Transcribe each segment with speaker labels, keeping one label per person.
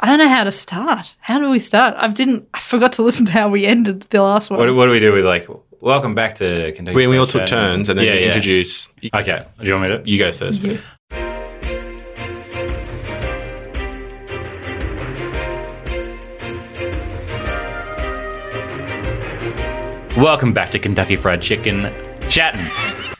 Speaker 1: I don't know how to start. How do we start? I didn't. I forgot to listen to how we ended the last one.
Speaker 2: What, do- what do we do with like? Welcome back to Kentucky.
Speaker 3: We, we all
Speaker 2: Fried
Speaker 3: took
Speaker 2: Chicken.
Speaker 3: turns and then
Speaker 2: Yeah,
Speaker 3: you
Speaker 2: yeah.
Speaker 3: introduce.
Speaker 2: Okay, do you want me to?
Speaker 3: You go first.
Speaker 1: Mm-hmm.
Speaker 3: Pete.
Speaker 2: Welcome back to Kentucky Fried Chicken chatting.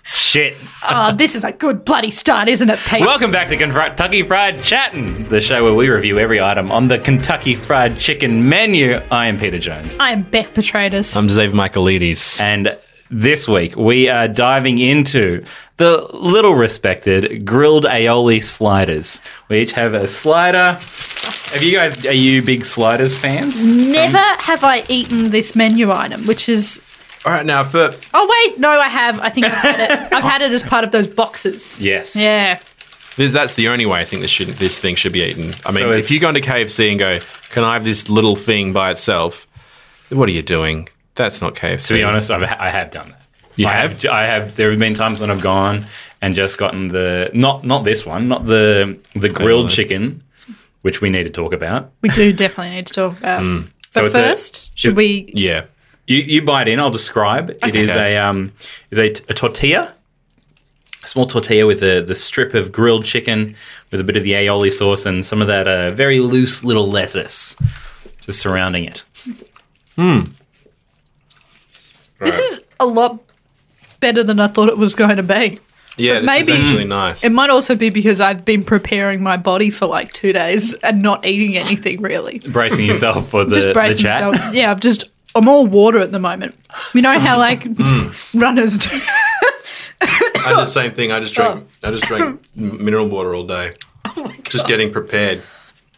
Speaker 2: Shit.
Speaker 1: oh, this is a good bloody start, isn't it, Pete?
Speaker 2: Welcome back to Kentucky Fried Chatting, the show where we review every item on the Kentucky Fried Chicken menu. I am Peter Jones.
Speaker 1: I am Beth Petratus.
Speaker 3: I'm Dave Michaelides.
Speaker 2: And this week we are diving into the little respected grilled aioli sliders. We each have a slider. Have you guys, are you big sliders fans?
Speaker 1: Never have I eaten this menu item, which is.
Speaker 3: All right, now for
Speaker 1: Oh wait, no, I have. I think I've had it. I've had it as part of those boxes.
Speaker 2: Yes.
Speaker 1: Yeah.
Speaker 3: this, that's the only way I think this should this thing should be eaten. I mean,
Speaker 2: So it's-
Speaker 3: if you go into KFC and go, "Can I have this little thing by itself?" What are you doing? That's not KFC.
Speaker 2: To be honest, I've, I have done that.
Speaker 3: You
Speaker 2: I
Speaker 3: have?
Speaker 2: have. I have. There have been times when I've gone and just gotten the not not this one, not the the grilled
Speaker 3: Aioli.
Speaker 2: chicken, which we need to talk about.
Speaker 1: We do definitely need to talk about. But
Speaker 2: Mm. So it's a-
Speaker 1: first, should we?
Speaker 3: yeah.
Speaker 2: You, you bite in. I'll describe. It is
Speaker 3: Okay.
Speaker 2: a um, is a, t- a tortilla, a small tortilla with the the strip of grilled chicken with a bit of the aioli sauce and some of that uh, very loose little lettuce just surrounding it.
Speaker 1: This is a lot better than I thought it was going to be.
Speaker 3: Yeah, this
Speaker 1: maybe-
Speaker 3: is actually nice.
Speaker 1: It might also be because I've been preparing my body for like two days and not eating anything really.
Speaker 2: Bracing yourself for the,
Speaker 1: just
Speaker 2: the
Speaker 1: bracing
Speaker 2: chat.
Speaker 1: myself. Yeah, I'm just I'm all water at the moment. You know
Speaker 2: Mm.
Speaker 1: how like runners do.
Speaker 3: I did the same thing. I just drank.
Speaker 1: Oh.
Speaker 3: I just drank m- mineral water all day. Just getting prepared.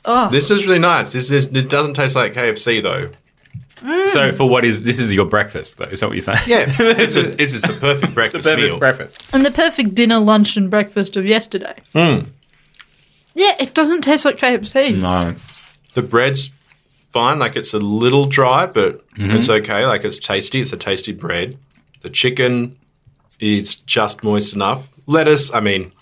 Speaker 1: Oh.
Speaker 3: This is really nice. This is. This doesn't taste like KFC though.
Speaker 2: So for what is this is your breakfast though? Is that what you're saying?
Speaker 3: Yeah, it's a, this is the perfect breakfast meal.
Speaker 2: breakfast.
Speaker 1: And the perfect dinner, lunch, and breakfast of yesterday. Yeah, it doesn't taste like KFC.
Speaker 2: Mm. No.
Speaker 3: the bread's fine. Like it's a little dry, but
Speaker 2: Mm-hmm.
Speaker 3: it's okay. Like it's tasty. It's a tasty bread. The chicken is just moist enough. Lettuce. I mean,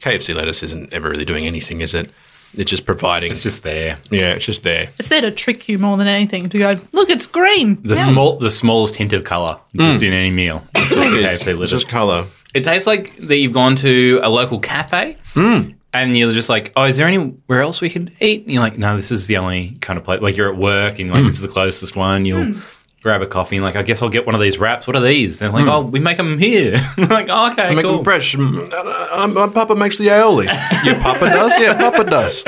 Speaker 3: KFC lettuce isn't ever really doing anything, is it? It's just providing.
Speaker 2: It's just there.
Speaker 3: yeah, it's just there.
Speaker 1: It's there to trick you more than anything. To go, look, it's green.
Speaker 2: The small the smallest hint of colour just
Speaker 3: Mm.
Speaker 2: in any meal. It's just the
Speaker 3: It's,
Speaker 2: KFC
Speaker 3: it's
Speaker 2: lettuce.
Speaker 3: just color.
Speaker 2: It tastes like that you've gone to a local cafe
Speaker 3: Mm.
Speaker 2: and you're just like, oh, is there anywhere else we could eat? And you're like, no, this is the only kind of place. Like you're at work and you're like
Speaker 3: Mm.
Speaker 2: this is the closest one. You'll grab a coffee and like, I guess I'll get one of these wraps. What are these? They're like, oh, we make them here. like, oh, okay,
Speaker 3: Mm. Make
Speaker 2: cool.
Speaker 3: them fresh. Mm, uh, uh, My papa makes the aioli. Your papa does? Yeah, papa does.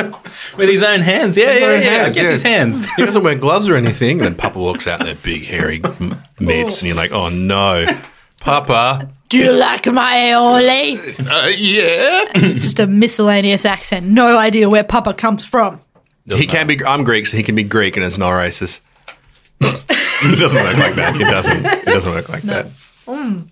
Speaker 2: With his own hands. Yeah, yeah,
Speaker 3: own
Speaker 2: yeah. I
Speaker 3: hands,
Speaker 2: guess
Speaker 3: yeah.
Speaker 2: his hands.
Speaker 3: He doesn't wear gloves or anything. And then papa walks out in their big, hairy m- mitts, and you're like, oh no. Papa,
Speaker 1: Do you like my aioli?
Speaker 3: uh, yeah.
Speaker 1: just a miscellaneous accent. No idea where Papa comes from.
Speaker 3: he can be. I'm Greek, so he can be Greek, and it's not racist. it doesn't work like that. It doesn't. It doesn't work like that.
Speaker 2: Mm.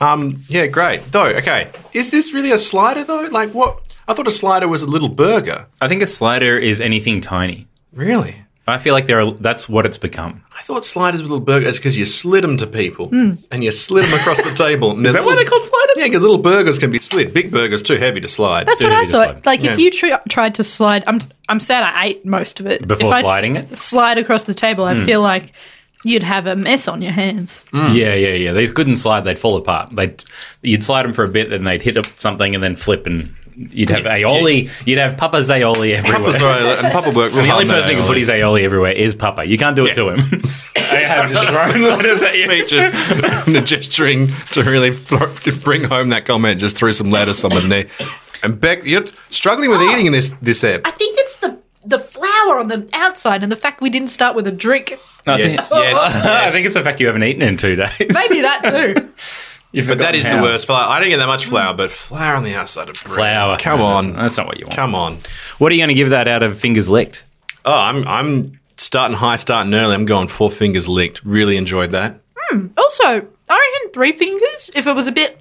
Speaker 3: Um. Yeah. Great. Though. Okay. Is this really a slider though? Like what? I thought a slider was a little burger.
Speaker 2: I think a slider is anything tiny.
Speaker 3: Really?
Speaker 2: I feel like there are, that's what it's become.
Speaker 3: I thought sliders were little burgers because you slid them to people and you slid them across the table. And is
Speaker 2: Hmm. that why they're called sliders?
Speaker 3: Yeah, because little burgers can be slid. Big burgers too heavy to slide.
Speaker 1: That's what
Speaker 2: Didn't
Speaker 1: I
Speaker 2: need to
Speaker 1: thought.
Speaker 2: slide.
Speaker 1: Like if
Speaker 3: Yeah.
Speaker 1: you tr- tried to slide, I'm I'm sad I ate most of it
Speaker 2: Before
Speaker 1: If I s-
Speaker 2: sliding it? Mm.
Speaker 1: Slide across the table. I feel like you'd have a mess on your hands.
Speaker 3: Hmm.
Speaker 2: Yeah, yeah, yeah. These couldn't slide; they'd fall apart. They'd you'd slide them for a bit, then they'd hit up something, and then flip, and you'd have aioli. You'd have Papa's aioli everywhere.
Speaker 3: Papa, sorry, and Papa worked.
Speaker 2: the only person who can put his aioli everywhere is Papa. You can't do it to him. I have just thrown letters at you.
Speaker 3: just gesturing to really fl- bring home that comment. Just threw some lettuce on the knee. And Beck, you're struggling with eating in this this app.
Speaker 1: I think it's the the flour on the outside and the fact we didn't start with a drink.
Speaker 2: I think-
Speaker 3: Yes, yes,
Speaker 2: I think it's the fact you haven't eaten in two days.
Speaker 1: Maybe that too.
Speaker 3: but that is the worst flour. I don't get that much flour, but flour on the outside of bread.
Speaker 2: Flour.
Speaker 3: Come
Speaker 2: No,
Speaker 3: on,
Speaker 2: that's- that's not what you want.
Speaker 3: Come on.
Speaker 2: What are you going to give that out of fingers licked?
Speaker 3: Oh, I'm I'm starting high, starting early. I'm going four fingers licked. Really enjoyed that.
Speaker 1: also, I reckon three fingers. If it was a bit,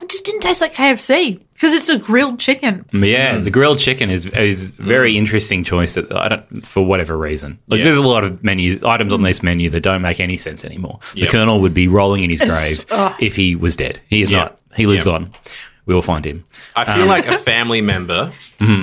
Speaker 1: it just didn't taste like KFC because it's a grilled chicken.
Speaker 2: Yeah, the grilled chicken is is very interesting choice. That I don't for whatever reason. Like,
Speaker 3: Yeah.
Speaker 2: there's a lot of menus items on this menu that don't make any sense anymore. The colonel would be rolling in his grave
Speaker 1: oh.
Speaker 2: if he was dead. He is
Speaker 3: Yeah.
Speaker 2: not. He lives
Speaker 3: Yeah.
Speaker 2: on. we will find him.
Speaker 3: I feel like a family member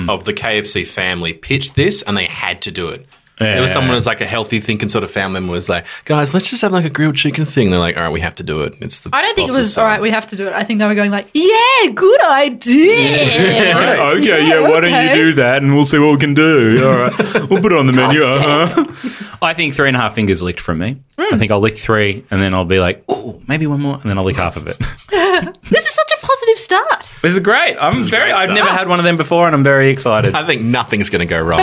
Speaker 3: of the KFC family pitched this and they had to do it. There was
Speaker 2: Yeah.
Speaker 3: someone who's like a healthy thinking sort of family member was like, guys, let's just have like a grilled chicken thing. They're like, all right, we have to do it. It's the
Speaker 1: I don't think it
Speaker 3: boss's
Speaker 1: was
Speaker 3: son."
Speaker 1: all right. We have to do it. I think they were going like, "Yeah, good idea."
Speaker 3: Right.
Speaker 2: Okay, yeah, why don't
Speaker 1: okay.
Speaker 2: you do that and we'll see what we can do. All right. We'll put it on the menu. Uh-huh. Hmm. I think three and a half fingers licked from me. I think I'll lick three and then I'll be like, oh, maybe one more. And then I'll lick half of it.
Speaker 1: this is such a positive start.
Speaker 2: This is great. I'm
Speaker 3: is
Speaker 2: very,
Speaker 3: great
Speaker 2: I've
Speaker 3: stuff.
Speaker 2: never had one of them before and I'm very excited.
Speaker 3: I think nothing's going to go wrong.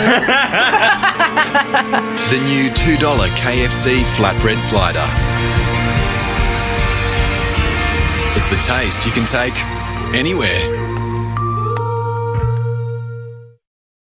Speaker 4: The new $2 KFC flatbread slider. It's the taste you can take anywhere.